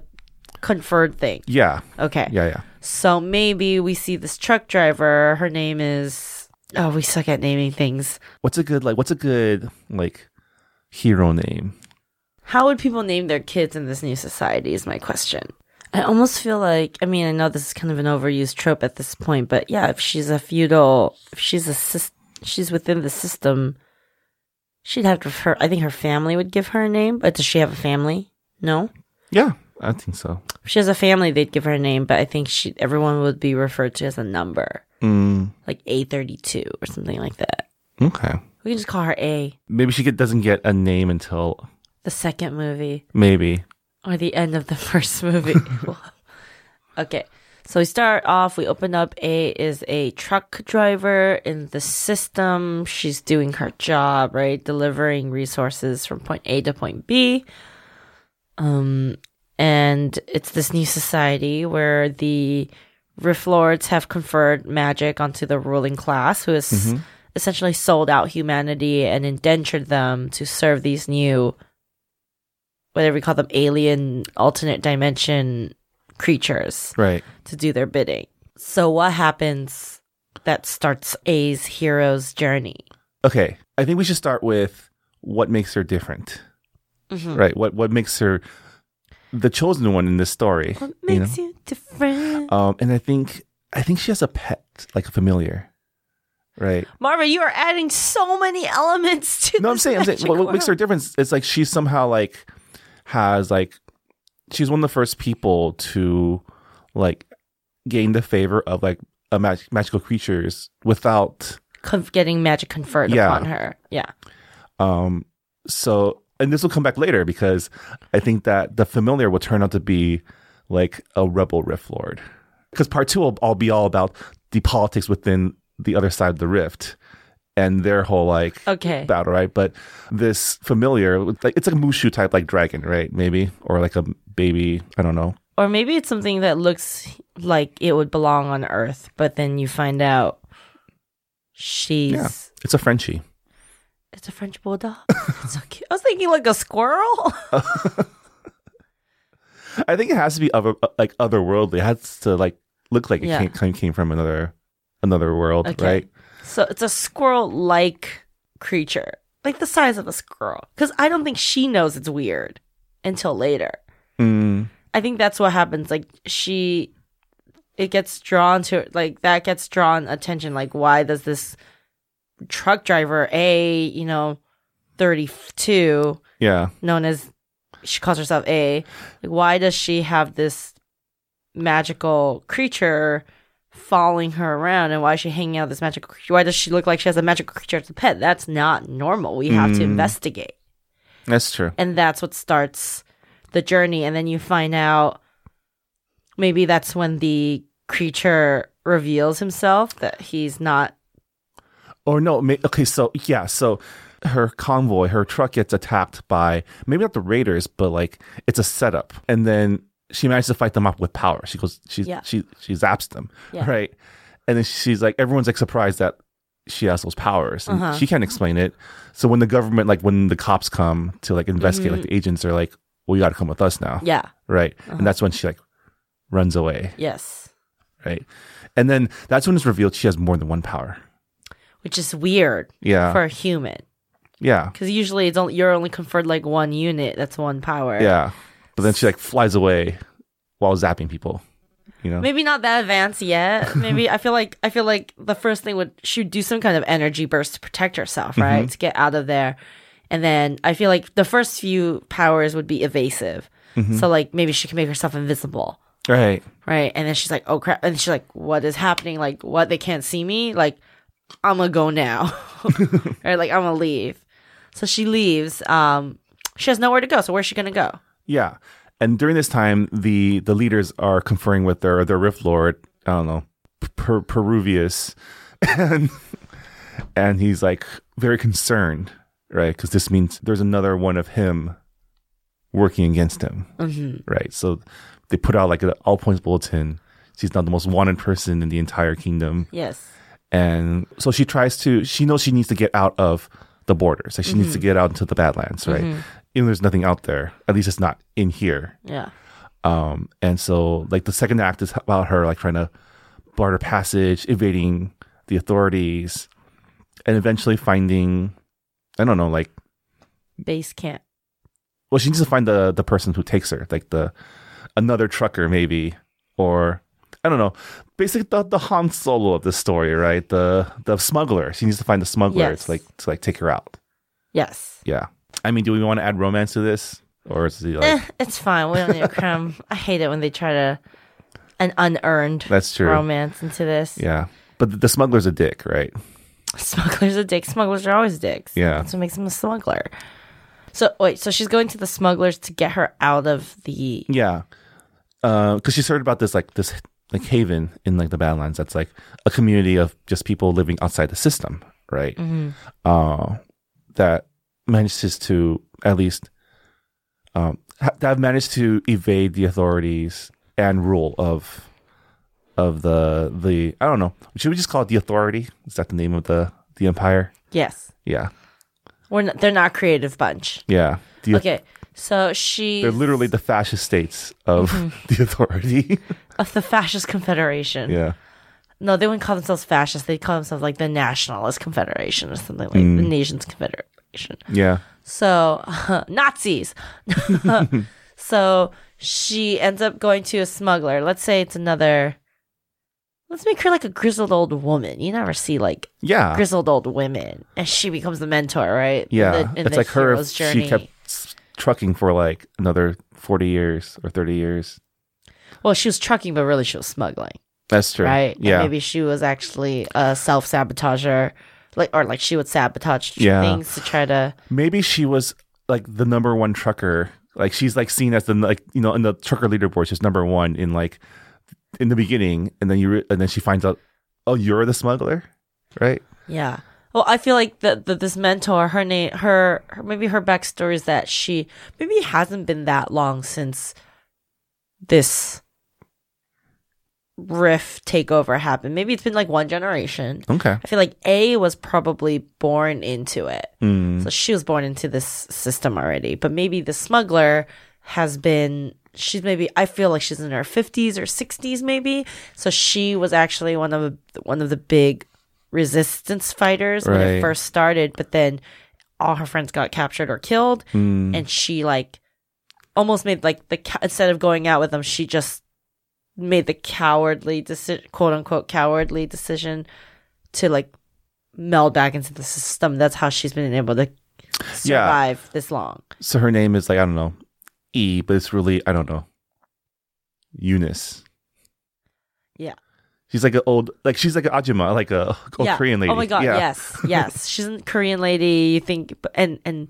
S4: conferred thing
S2: yeah,
S4: okay
S2: yeah, yeah.
S4: so maybe we see this truck driver her name is oh we suck at naming things
S2: what's a good like what's a good like hero name
S4: how would people name their kids in this new society is my question i almost feel like i mean i know this is kind of an overused trope at this point but yeah if she's a feudal if she's a sys- she's within the system she'd have to her i think her family would give her a name but does she have a family no
S2: yeah i think so
S4: If she has a family, they'd give her a name, but I think she everyone would be referred to as a number,
S2: mm,
S4: like A thirty two or something like that.
S2: okay
S4: We can just call her A.
S2: maybe she get, doesn't get a name until
S4: The second movie
S2: maybe
S4: or the end of the [LAUGHS] first movie. okay, so we start off. We open up. A is a truck driver in the system. She's doing her job, right, delivering resources from point A to point B. Um, and it's this new society where the Rift Lords have conferred magic onto the ruling class, who has essentially sold out humanity and indentured them to serve these new, whatever we call them, alien alternate dimension creatures
S2: right
S4: to do their bidding. So, what happens that starts A's hero's journey?
S2: okay i think we should start with what makes her different
S4: Mm-hmm.
S2: right what what makes her the chosen one in this story
S4: What
S2: you
S4: makes you, Uh, different?
S2: know? um and i think i think she has a pet like a familiar right
S4: Marva, you are adding so many elements to [LAUGHS]
S2: no, I'm
S4: this
S2: saying, I'm saying,
S4: magic
S2: what, what makes her
S4: world.
S2: difference is like she somehow like has like she's one of the first people to like gain the favor of like a mag- magical creatures without
S4: Con- getting magic conferred
S2: Yeah.
S4: upon her? Yeah.
S2: um so and this will come back later because I think that the familiar will turn out to be like a rebel rift lord because part two will all be all about the politics within the other side of the rift and their whole like
S4: Okay.
S2: battle, right? But this familiar, like it's like a Mushu type, like dragon, right? Maybe or like a baby. I don't know.
S4: Or maybe it's something that looks like it would belong on Earth, but then you find out she's
S2: Yeah. It's a Frenchie.
S4: it's a French bulldog. [LAUGHS] That's so cute. I was thinking like a squirrel. [LAUGHS]
S2: I think it has to be other, uh, like otherworldly. It has to like look like it
S4: Yeah.
S2: came, came- came from another another world,
S4: Okay.
S2: right?
S4: so it's a squirrel-like creature, like the size of a squirrel. Because I don't think she knows it's weird until later.
S2: Mm,
S4: I think that's what happens. Like she, it gets drawn to like that gets drawn attention. Like why does this truck driver a you know thirty two
S2: yeah,
S4: known as she calls herself A. Like, why does she have this magical creature following her around and why is she hanging out with this magical creature? Why does she look like she has a magical creature as a pet? That's not normal. We have to investigate.
S2: That's true.
S4: And that's what starts the journey. And then you find out maybe that's when the creature reveals himself that he's not
S2: Or no, ma- okay, so yeah, so her convoy, her truck gets attacked by maybe not the raiders, but like it's a setup, and then she manages to fight them off with power. She goes, she
S4: Yeah.
S2: she she zaps them,
S4: Yeah.
S2: right? And then she's like, everyone's like surprised that she has those powers, and
S4: Uh-huh.
S2: she can't explain it. So when the government, like when the cops come to like investigate, like the agents are like, well, you got to come with us now,
S4: Mm-hmm. yeah, Uh-huh.
S2: right? And that's when she like runs away,
S4: yes.
S2: right? And then that's when it's revealed she has more than one power.
S4: Which is weird
S2: Yeah,
S4: for a human.
S2: yeah.
S4: Because usually it's only, you're only conferred like one unit. That's one power.
S2: Yeah. But then she like flies away while zapping people. You know?
S4: Maybe not that advanced yet. Maybe I feel like I feel like the first thing would she'd do some kind of energy burst to protect herself, right? To get out of there. And then I feel like the first few powers would be evasive. So like maybe she can make herself invisible,
S2: Right.
S4: right? And then she's like, "Oh crap." And she's like, "What is happening? Like what? They can't see me? Like I'm gonna go now." [LAUGHS] right? Like I'm gonna leave. So she leaves. Um she has nowhere to go. So where's she gonna go?
S2: Yeah. And during this time, the the leaders are conferring with their their rift lord. I don't know, per, Peruvius, [LAUGHS] and and he's like very concerned, right? Because this means there's another one of him working against him, right? So they put out like an all points bulletin. She's not the most wanted person in the entire kingdom.
S4: Yes.
S2: and so she tries to she knows she needs to get out of the borders like she needs to get out into the badlands right even if there's nothing out there at least it's not in here
S4: Yeah.
S2: um and so like the second act is about her like trying to barter passage evading the authorities and eventually finding i don't know like
S4: Base camp.
S2: well she needs to find the the person who takes her like the another trucker maybe or i don't know basically the, the han solo of the story right the the smuggler she needs to find the smuggler
S4: Yes.
S2: to like to like take her out
S4: Yes.
S2: yeah i mean do we want to add romance to this or is it like
S4: Eh, it's fine. We don't need a crumb. [LAUGHS] I hate it when they try to an unearned
S2: That's true.
S4: romance into this.
S2: yeah but the, the smuggler's a dick right
S4: Smugglers are dicks. Smugglers are always dicks.
S2: Yeah.
S4: That's what makes them a smuggler. So wait, so she's going to the smugglers to get her out of the
S2: yeah because she's heard about this like this like haven in like the badlands that's like a community of just people living outside the system right uh, that manages to at least um, ha- that have managed to evade the authorities and rule of of the the I don't know should we just call it the authority is that the name of the the empire
S4: yes.
S2: yeah
S4: We're not, they're not a creative bunch.
S2: yeah the,
S4: Okay, so she
S2: they're literally the fascist states of [LAUGHS] the authority
S4: of the fascist confederation.
S2: yeah
S4: No, they wouldn't call themselves fascist. They'd call themselves like the nationalist confederation or something like
S2: Mm.
S4: the nations confederation.
S2: yeah
S4: So [LAUGHS] Nazis. [LAUGHS] so she ends up going to a smuggler. Let's say it's another. Let's make her like a grizzled old woman. You never see like
S2: yeah
S4: grizzled old women, and she becomes the mentor, right?
S2: Ah. yeah
S4: in the, in
S2: it's
S4: the
S2: like her if
S4: hero's journey.
S2: she kept s- trucking for like another 40 years or 30 years
S4: Well, she was trucking, but really she was smuggling,
S2: that's true
S4: right? And
S2: yeah
S4: maybe she was actually a self sabotager, like or like she would sabotage
S2: Yeah.
S4: things to try to.
S2: maybe she was like the number one trucker. Like she's like seen as the like you know in the trucker leaderboard, she's number one in like in the beginning, and then you re- and then she finds out, oh, you're the smuggler, right?
S4: Yeah. Well, I feel like that the, this mentor, her name, her, her, maybe her backstory is that she maybe it hasn't been that long since this riff takeover happened. Maybe it's been like one generation.
S2: Okay.
S4: I feel like A was probably born into it,
S2: Mm.
S4: so she was born into this system already. But maybe the smuggler has been. She's maybe I feel like she's in her fifties or sixties, maybe. So she was actually one of one of the big resistance fighters when it
S2: Right.
S4: first started. But then all her friends got captured or killed,
S2: Mm.
S4: and she like almost made like the co- instead of going out with them, she just made the cowardly decision, quote unquote cowardly decision, to like meld back into the system. That's how she's been able to survive this long.
S2: So her name is like I don't know, E, but it's really I don't know, Eunice.
S4: Yeah.
S2: She's like an old, like she's like an ajima, like a old
S4: yeah.
S2: Korean lady.
S4: Oh my god,
S2: Yeah.
S4: yes,
S2: [LAUGHS]
S4: yes. She's a Korean lady. You think but- and and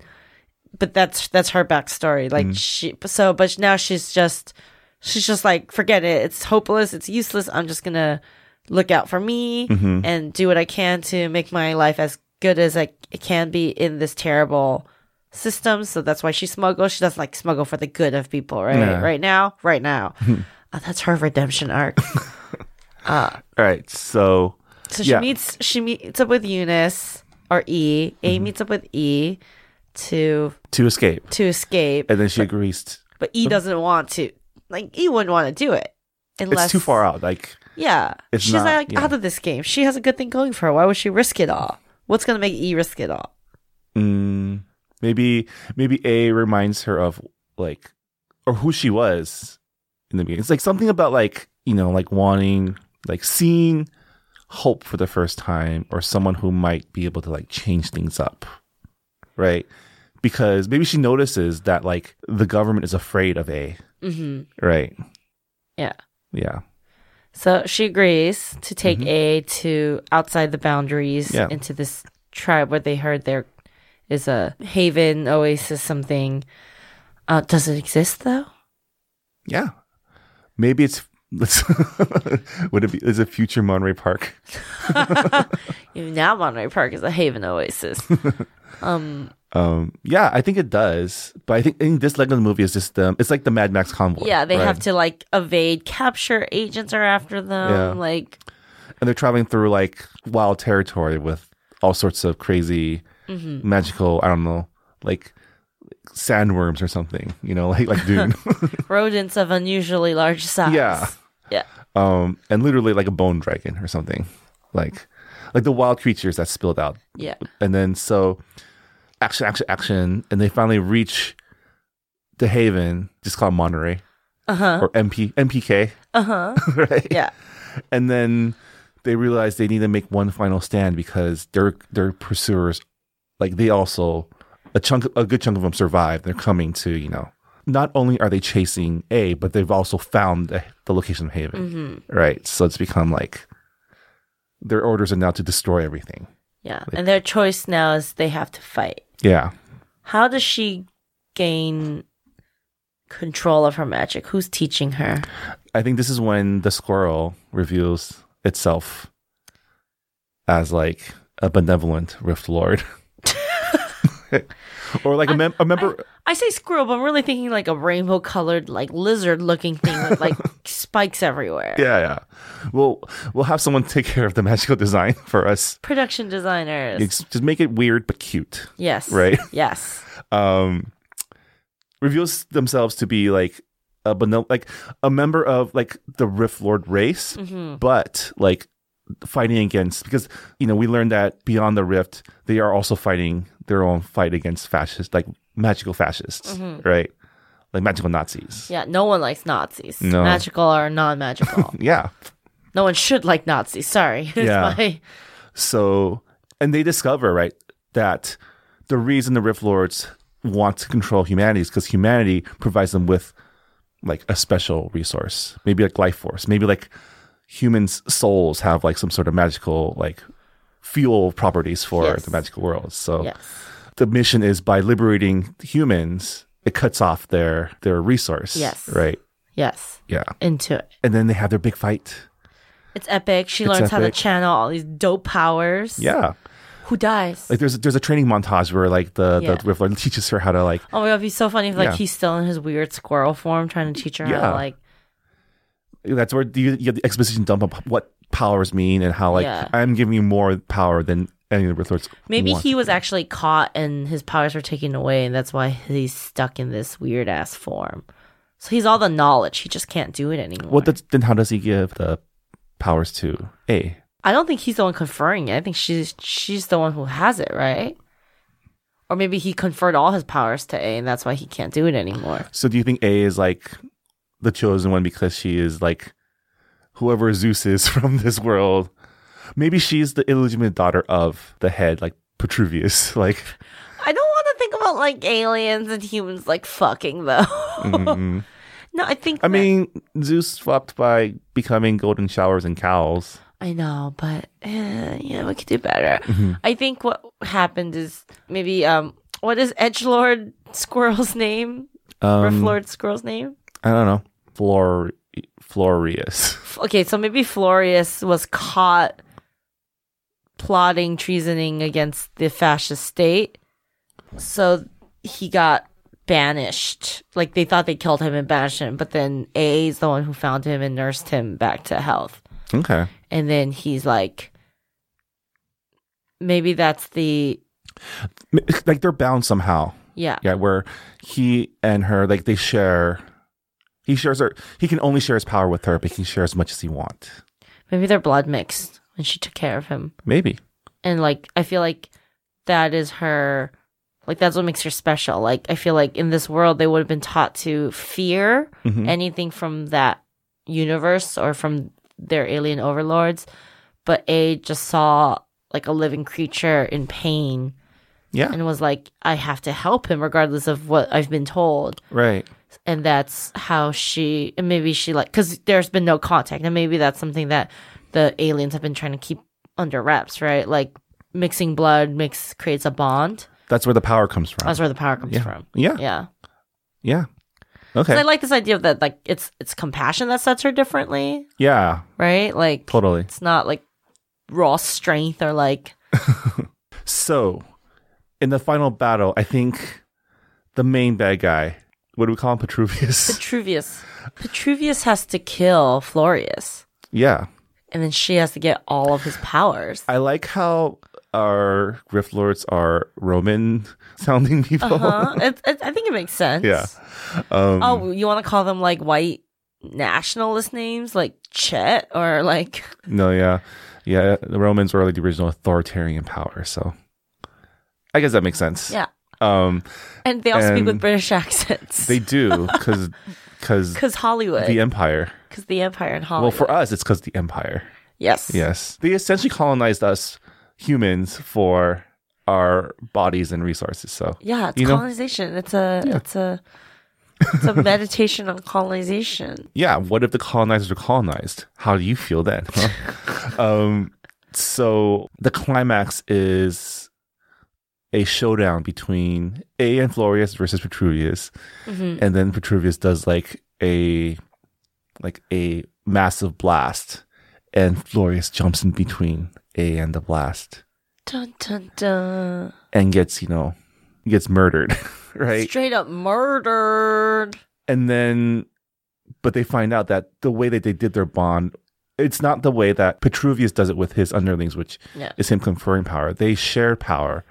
S4: but that's that's her backstory. Like
S2: Mm.
S4: she so but now she's just she's just like forget it. It's hopeless. It's useless. I'm just gonna look out for me
S2: Mm-hmm.
S4: and do what I can to make my life as good as I it can be in this terrible system. So that's why she smuggles. She doesn't like smuggle for the good of people. Right,
S2: Yeah.
S4: right now, right
S2: [LAUGHS]
S4: now. Uh, that's her redemption arc.
S2: All right. So,
S4: So she
S2: Yeah.
S4: meets she meets up with Eunice or E. A
S2: Mm-hmm.
S4: meets up with E to
S2: to escape.
S4: to escape,
S2: And then she agrees. t-
S4: but E doesn't want to. Like E wouldn't want to do it unless
S2: It's too far out. Like,
S4: Yeah,
S2: It's
S4: she's
S2: not-
S4: like
S2: yeah.
S4: out of this game. She has a good thing going for her. Why would she risk it all? What's gonna make E risk it all?
S2: mm, maybe, maybe A reminds her of like, or who she was in the beginning. It's like something about like, you know, like wanting, like seeing hope for the first time or someone who might be able to like change things up. Right. Because maybe she notices that like the government is afraid of A. Mm-hmm.
S4: hmm
S2: Right.
S4: Yeah.
S2: Yeah.
S4: So she agrees to take A to outside the boundaries
S2: Mm-hmm. Yeah.
S4: into this tribe where they heard there is a haven, oasis, something. Uh, does it exist though?
S2: Yeah. Maybe it's [LAUGHS] let's would it be is it future Monterey Park?
S4: Even now Monterey Park is a haven oasis.
S2: [LAUGHS]
S4: um,
S2: Um yeah, I think it does. But I think in this leg of the movie is just um it's like the Mad Max convoy.
S4: yeah, they
S2: right?
S4: have to like evade capture. Agents are after them.
S2: Yeah.
S4: Like,
S2: and they're traveling through like wild territory with all sorts of crazy
S4: Mm-hmm.
S2: magical, I don't know, like sandworms or something, you know, [LAUGHS] like like
S4: [LAUGHS]
S2: Dune.
S4: rodents of unusually large size.
S2: Yeah.
S4: yeah,
S2: um and literally like a bone dragon or something. Like like the wild creatures that spilled out
S4: yeah.
S2: And then so action, action, action. And they finally reach the haven, just called Monterey
S4: Uh huh.
S2: or MP, MPK,
S4: Uh huh.
S2: [LAUGHS] right?
S4: Yeah.
S2: And then they realize they need to make one final stand because their their pursuers, like they also, a chunk, a good chunk of them survive. They're coming to, you know, not only are they chasing A, but they've also found the, the location of Haven,
S4: hmm
S2: right? So it's become like their orders are now to destroy everything. [LAUGHS]
S4: Yeah. And their choice now is they have to fight.
S2: Yeah.
S4: How does she gain control of her magic? Who's teaching her?
S2: I think this is when the squirrel reveals itself as like a benevolent Rift Lord. [LAUGHS] or like a, mem- a member.
S4: I say squirrel, but I'm really thinking like a rainbow colored, like lizard looking thing with
S2: [LAUGHS]
S4: like spikes everywhere.
S2: yeah, yeah. We'll, we'll have someone take care of the magical design for us.
S4: Production designers.
S2: It's- just make it weird but cute,
S4: Yes.
S2: right?
S4: Yes.
S2: Um, reveals themselves to be like a benevol- like a member of like the Rift Lord race,
S4: hmm
S2: but like fighting against because you know we learned that beyond the rift they are also fighting their own fight against fascists like magical fascists right like magical nazis
S4: Yeah. No one likes Nazis.
S2: No.
S4: Magical or
S2: [LAUGHS]
S4: non-magical.
S2: yeah
S4: no one should like Nazis. Sorry. [LAUGHS] It's
S2: Yeah.
S4: my-
S2: so and they discover right that the reason the rift lords want to control humanity is because humanity provides them with like a special resource maybe like life force maybe like humans souls have like some sort of magical like fuel properties for
S4: Yes.
S2: the magical world so
S4: Yes.
S2: the mission is by liberating humans, it cuts off their their resource.
S4: Yes.
S2: Right.
S4: Yes.
S2: Yeah.
S4: Into it.
S2: And then they have their big fight.
S4: It's epic. She learns how to
S2: epic.
S4: channel all these dope powers.
S2: Yeah.
S4: Who dies?
S2: Like there's there's a training montage where like the
S4: Yeah.
S2: the Rift Lord teaches her how to like
S4: oh my god, it'd be so funny if like
S2: Yeah.
S4: he's still in his weird squirrel form trying to teach her how
S2: Yeah.
S4: to like
S2: that's where you, you have the exposition dump of what powers mean and how like
S4: Yeah.
S2: I'm giving you more power than any of the Rift Lords.
S4: maybe
S2: want.
S4: he was actually caught and his powers were taken away and that's why he's stuck in this weird ass form. So he's all the knowledge, he just can't do it anymore.
S2: What does then how does he give the powers to A?
S4: I don't think he's the one conferring it. I think she's she's the one who has it, right? Or maybe he conferred all his powers to A, and that's why he can't do it anymore.
S2: So do you think A is like the chosen one because she is like whoever Zeus is [LAUGHS] from this world? Maybe she's the illegitimate daughter of the head, like Petruvius. [LAUGHS]
S4: [LAUGHS]
S2: Like,
S4: I don't want to think about like aliens and humans like fucking though.
S2: mm,
S4: [LAUGHS] No, I think.
S2: I
S4: that-
S2: mean, Zeus flopped by becoming golden showers and cows.
S4: I know, but uh, yeah, we could do better.
S2: Mm-hmm.
S4: I think what happened is maybe um, what is Edge Lord Squirrel's name?
S2: Um,
S4: Riff Lord Squirrel's name?
S2: I don't know. Flor Florius. [LAUGHS]
S4: F- Okay, so maybe Florius was caught plotting treasoning against the fascist state, so he got banished. Like they thought they killed him and banished him, but then A is the one who found him and nursed him back to health.
S2: Okay.
S4: and then he's like maybe that's the
S2: M- Like they're bound somehow.
S4: yeah
S2: Yeah, where he and her like they share. He shares her. He can only share his power with her, but he can share as much as he wants.
S4: maybe they're blood mixed and she took care of him
S2: Maybe.
S4: and like i feel like that is her like that's what makes her special like i feel like in this world they would have been taught to fear
S2: Mhm.
S4: anything from that universe or from their alien overlords but a just saw like a living creature in pain
S2: Yeah.
S4: and was like i have to help him regardless of what i've been told
S2: Right.
S4: and that's how she and maybe she like because there's been no contact and maybe that's something that the aliens have been trying to keep under wraps right like mixing blood mix creates a bond
S2: That's where the power comes from.
S4: that's where the power comes
S2: yeah.
S4: from
S2: Yeah.
S4: yeah
S2: Yeah.
S4: 'Cause
S2: Okay.
S4: i like this idea of that like it's it's compassion that sets her differently
S2: yeah.
S4: right like
S2: Totally.
S4: it's not like raw strength or like
S2: So, in the final battle, I think the main bad guy. What do we call him? Petruvius.
S4: petruvius petruvius has to kill florius
S2: [LAUGHS] yeah.
S4: and then she has to get all of his powers
S2: I like how our grift lords are Roman [LAUGHS] sounding people.
S4: huh? it, it, Uh-huh. I think it makes sense.
S2: Yeah. Um,
S4: Oh, you want to call them like white nationalist names, like Chet or like
S2: [LAUGHS]
S4: [LAUGHS]
S2: No, yeah. Yeah. The Romans were like the original authoritarian power. So, I guess that makes sense.
S4: yeah,
S2: Um,
S4: and they all speak with
S2: And
S4: British accents. [LAUGHS]
S2: they do because because
S4: because Hollywood,
S2: the
S4: because
S2: empire.
S4: the, Empire in
S2: Well,
S4: Hollywood.
S2: for us, it's because the empire.
S4: yes,
S2: Yes. They essentially colonized us humans for our bodies and resources. So,
S4: yeah, it's
S2: You know-
S4: colonization. It's a, it's
S2: [LAUGHS]
S4: a, it's a meditation on colonization.
S2: yeah, what if the colonizers were colonized? How do you feel then? huh? um, so the climax is a showdown between A and Florius versus Petruvius, and then Petruvius does like a like a massive blast, and Florius jumps in between A and the blast
S4: Dun dun dun.
S2: and gets you know gets murdered, [LAUGHS] right?
S4: Straight up murdered.
S2: and then but they find out that the way that they did their bond it's not the way that Petruvius does it with his underlings, which
S4: Yeah.
S2: is him conferring power. They share power.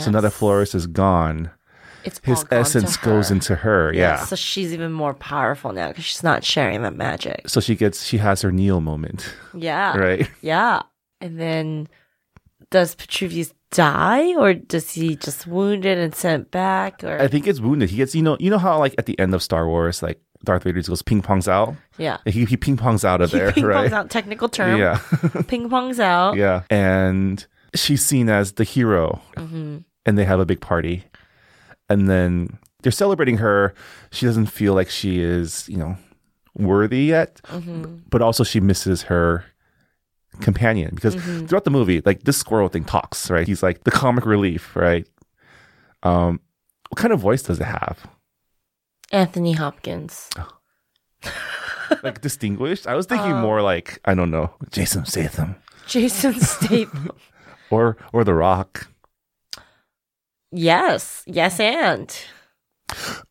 S2: So now that
S4: Yes.
S2: Florus is gone,
S4: It's
S2: his
S4: all gone to
S2: essence goes
S4: her.
S2: into her. Yeah.
S4: So she's even more powerful now because she's not sharing the magic.
S2: So she gets she has her Neil moment,
S4: Yeah. [LAUGHS]
S2: right?
S4: Yeah. And then does Petruvius die or does he just wounded and sent back or
S2: I think it's wounded. He gets you know you know how like at the end of Star Wars, like Darth Vader just goes ping pongs out.
S4: yeah.
S2: He he ping pongs out of
S4: He
S2: there,
S4: ping
S2: right?
S4: pongs out technical term.
S2: Yeah,
S4: Ping pongs out.
S2: [LAUGHS] yeah. And she's seen as the hero,
S4: hmm
S2: and they have a big party. And then they're celebrating her. She doesn't feel like she is, you know, worthy yet,
S4: hmm
S2: but also she misses her companion because
S4: Mm-hmm.
S2: throughout the movie, like this squirrel thing talks, right? He's like the comic relief, right? Um, what kind of voice does it
S4: [LAUGHS]
S2: have?
S4: Anthony Hopkins.
S2: Like distinguished? I was thinking
S4: Um,
S2: more like I don't know, Jason Statham [LAUGHS]
S4: Jason Statham.
S2: or or The Rock
S4: yes. Yes and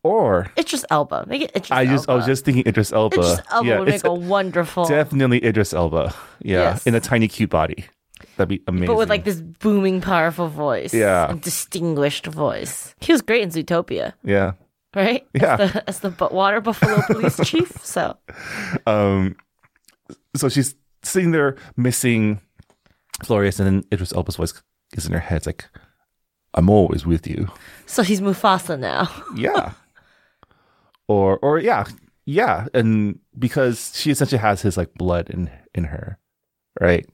S2: or
S4: Idris Elba. Make it Idris
S2: I just I was
S4: Elba.
S2: just thinking Idris Elba.
S4: Idris Elba would
S2: it's-
S4: make a wonderful
S2: Definitely Idris Elba. Yeah.
S4: Yes.
S2: In a tiny cute body. That'd be amazing.
S4: but with like this booming powerful voice.
S2: Yeah.
S4: And distinguished voice. He was great in Zootopia.
S2: Yeah.
S4: right?
S2: Yeah.
S4: As the, as the bu- water buffalo
S2: [LAUGHS]
S4: police chief. So,
S2: Um so she's sitting there missing Florius and then Idris Elba's voice is in her head. It's like, I'm always with
S4: [LAUGHS]
S2: you.
S4: so he's Mufasa now.
S2: Yeah. or or yeah. Yeah. And because she essentially has his like blood in in her. Right?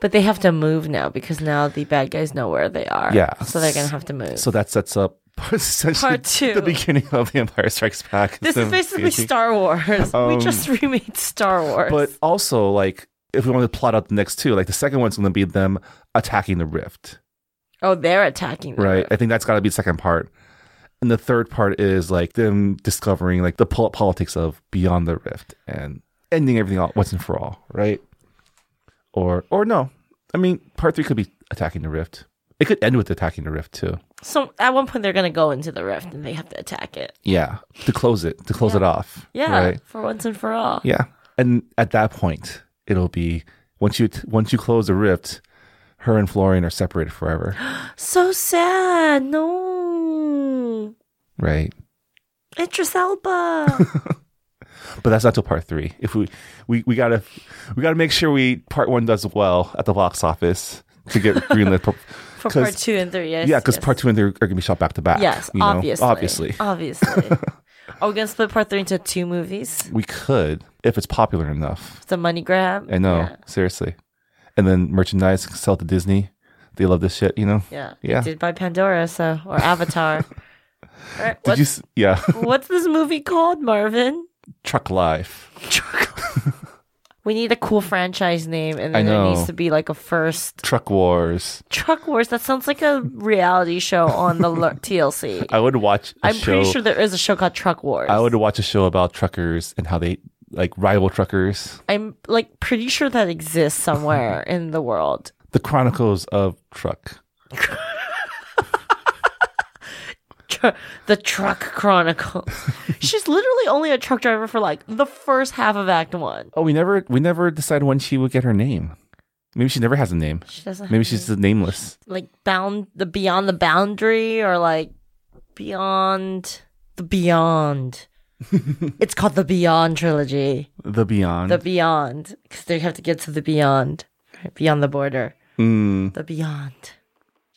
S4: But they have to move now because now the bad guys know where they are.
S2: Yeah.
S4: So they're gonna have to move.
S2: So that sets up [LAUGHS] essentially
S4: Part two.
S2: the beginning of The Empire Strikes Back.
S4: This is
S2: So,
S4: basically Star Wars. we just [LAUGHS] remade Star Wars.
S2: Um, But also, like, if we want to plot out the next two, like the second one's going to be them attacking the rift,
S4: oh, they're attacking. the
S2: right?
S4: Rift.
S2: I think that's got to be the second part. And the third part is like them discovering like the pol- politics of beyond the rift and ending everything all once and for all, right? Or or no, I mean, part three could be attacking the rift. It could end with attacking the rift too.
S4: So at one point they're gonna go into the rift and they have to attack it.
S2: Yeah, to close it, to close it off.
S4: Yeah,
S2: right.
S4: for once and for all.
S2: Yeah, and at that point, it'll be once you once you close the rift, her and Florian are
S4: [GASPS]
S2: separated forever,
S4: So sad. No.
S2: right?
S4: Idris
S2: [LAUGHS]
S4: Elba.
S2: But that's not till part three. If we we, we gotta we gotta make sure we part one does well at the box office
S4: [LAUGHS]
S2: to get greenlit.
S4: For
S2: 'Cause-
S4: part two and three. Yes,
S2: yeah, because
S4: yes.
S2: part two and three are gonna be shot back to back.
S4: Yes,
S2: you know?
S4: obviously.
S2: obviously, [LAUGHS]
S4: Obviously. Are we gonna split part three into two movies?
S2: we could if it's popular enough.
S4: It's a money grab.
S2: I know,
S4: Yeah.
S2: seriously. And then merchandise sell to Disney. They love this shit, you know.
S4: Yeah.
S2: Yeah.
S4: Did by Pandora, so or
S2: [LAUGHS]
S4: Avatar. All right,
S2: Did
S4: what's,
S2: you? s- Yeah, [LAUGHS]
S4: what's this movie called, Marvin?
S2: truck life.
S4: [LAUGHS] we need a cool franchise name, and
S2: I
S4: then there
S2: know.
S4: needs to be like a first
S2: Truck wars.
S4: Truck Wars. That sounds like a reality show on
S2: [LAUGHS]
S4: the lo- TLC.
S2: I would watch. i
S4: I'm pretty sure there is a show called Truck Wars.
S2: I would watch a show about truckers and how they like rival truckers.
S4: I'm like pretty sure that exists somewhere
S2: [LAUGHS]
S4: in the world.
S2: The Chronicles of Truck.
S4: Tr- the Truck
S2: [LAUGHS]
S4: Chronicles. She's literally only a truck driver for like the first half of Act One.
S2: Oh, we never we never decided when she would get her name. Maybe she never has a name.
S4: She doesn't.
S2: Maybe
S4: have
S2: she's just nameless.
S4: like bound the beyond the boundary or like beyond the
S2: [LAUGHS]
S4: beyond. it's called the Beyond trilogy.
S2: The Beyond.
S4: The Beyond, because they have to get to the Beyond, right? beyond the border.
S2: Mm.
S4: The Beyond.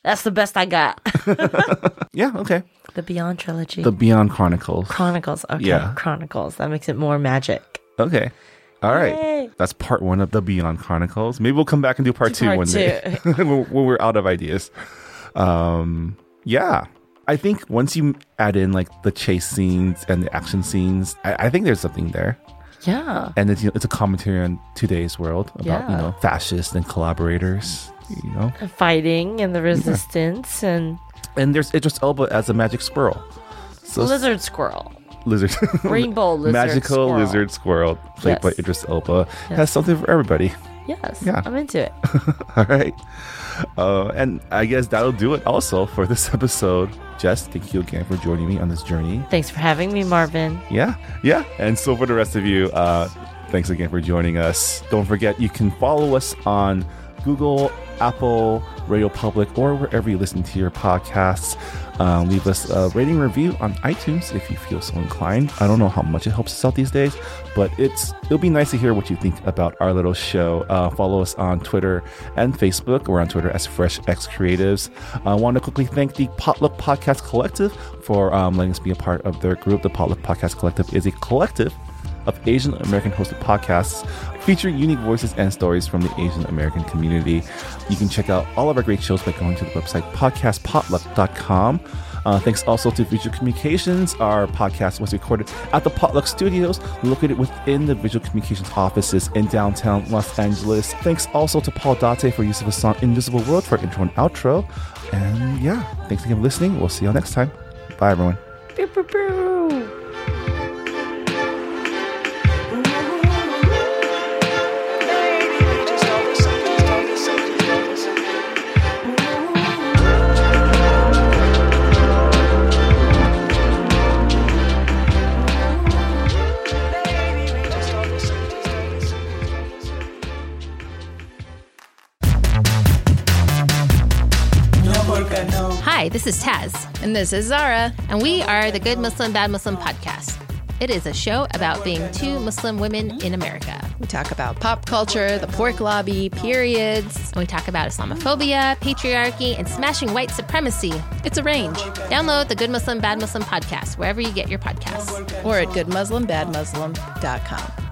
S4: That's the best I
S2: [LAUGHS]
S4: got.
S2: Yeah. Okay.
S4: the Beyond trilogy.
S2: The Beyond Chronicles.
S4: Chronicles. Okay.
S2: Yeah.
S4: Chronicles. That makes it more magic.
S2: Okay. All right.
S4: Yay.
S2: That's part one of the Beyond Chronicles. Maybe we'll come back and do part
S4: Do
S2: two
S4: part
S2: one day [LAUGHS] when when we're out of ideas. Um, yeah, I think once you add in like the chase scenes and the action scenes, I, I think there's something there.
S4: Yeah.
S2: And it's, you know, it's a commentary on today's world about you
S4: Yeah.
S2: know fascists and collaborators. You know,
S4: Fighting and the resistance and
S2: and there's Idris Elba as a magic squirrel, so
S4: lizard squirrel.
S2: lizard, [LAUGHS]
S4: Rainbow lizard.
S2: magical
S4: squirrel.
S2: lizard squirrel played
S4: Yes.
S2: by Idris Elba has something for everybody.
S4: Yes.
S2: Yeah.
S4: I'm into it.
S2: [LAUGHS] All right. Uh, and I guess that'll do it also for this [LAUGHS] episode. Jess, thank you again for joining me on this journey.
S4: Thanks for having me, Marvin.
S2: Yeah, yeah. And so for the rest of you, uh, thanks again for joining us. Don't forget, you can follow us on Google, Apple, Radio Public, or wherever you listen to your podcasts. Uh, leave us a rating review on iTunes if you feel so inclined. I don't know how much it helps us out these days, but it's it'll be nice to hear what you think about our little show. Uh, follow us on Twitter and Facebook. We're on Twitter as Fresh X Creatives. I want to quickly thank the Potluck Podcast Collective for um, letting us be a part of their group. The Potluck Podcast Collective is a collective of Asian American hosted podcasts featuring unique voices and stories from the Asian American community. You can check out all of our great shows by going to the website podcastpotluck.com. Uh, thanks also to Visual Communications. Our podcast was recorded at the Potluck Studios, located within the Visual Communications offices in downtown Los Angeles. Thanks also to Paul Date for use of his song Invisible World for intro and outro. And yeah, thanks again for listening. We'll see y'all next time. Bye, everyone.
S4: Pew, pew, pew.
S3: Hi, this is Taz.
S5: And this is Zara.
S3: And we are the Good Muslim, Bad Muslim podcast. It is a show about being two Muslim women in America.
S5: We talk about pop culture, the pork lobby, periods.
S3: And we talk about Islamophobia, patriarchy, and smashing white supremacy.
S5: It's a range.
S3: Download the Good Muslim, Bad Muslim podcast wherever you get your podcasts.
S5: Or at goodmuslimbadmuslim.com.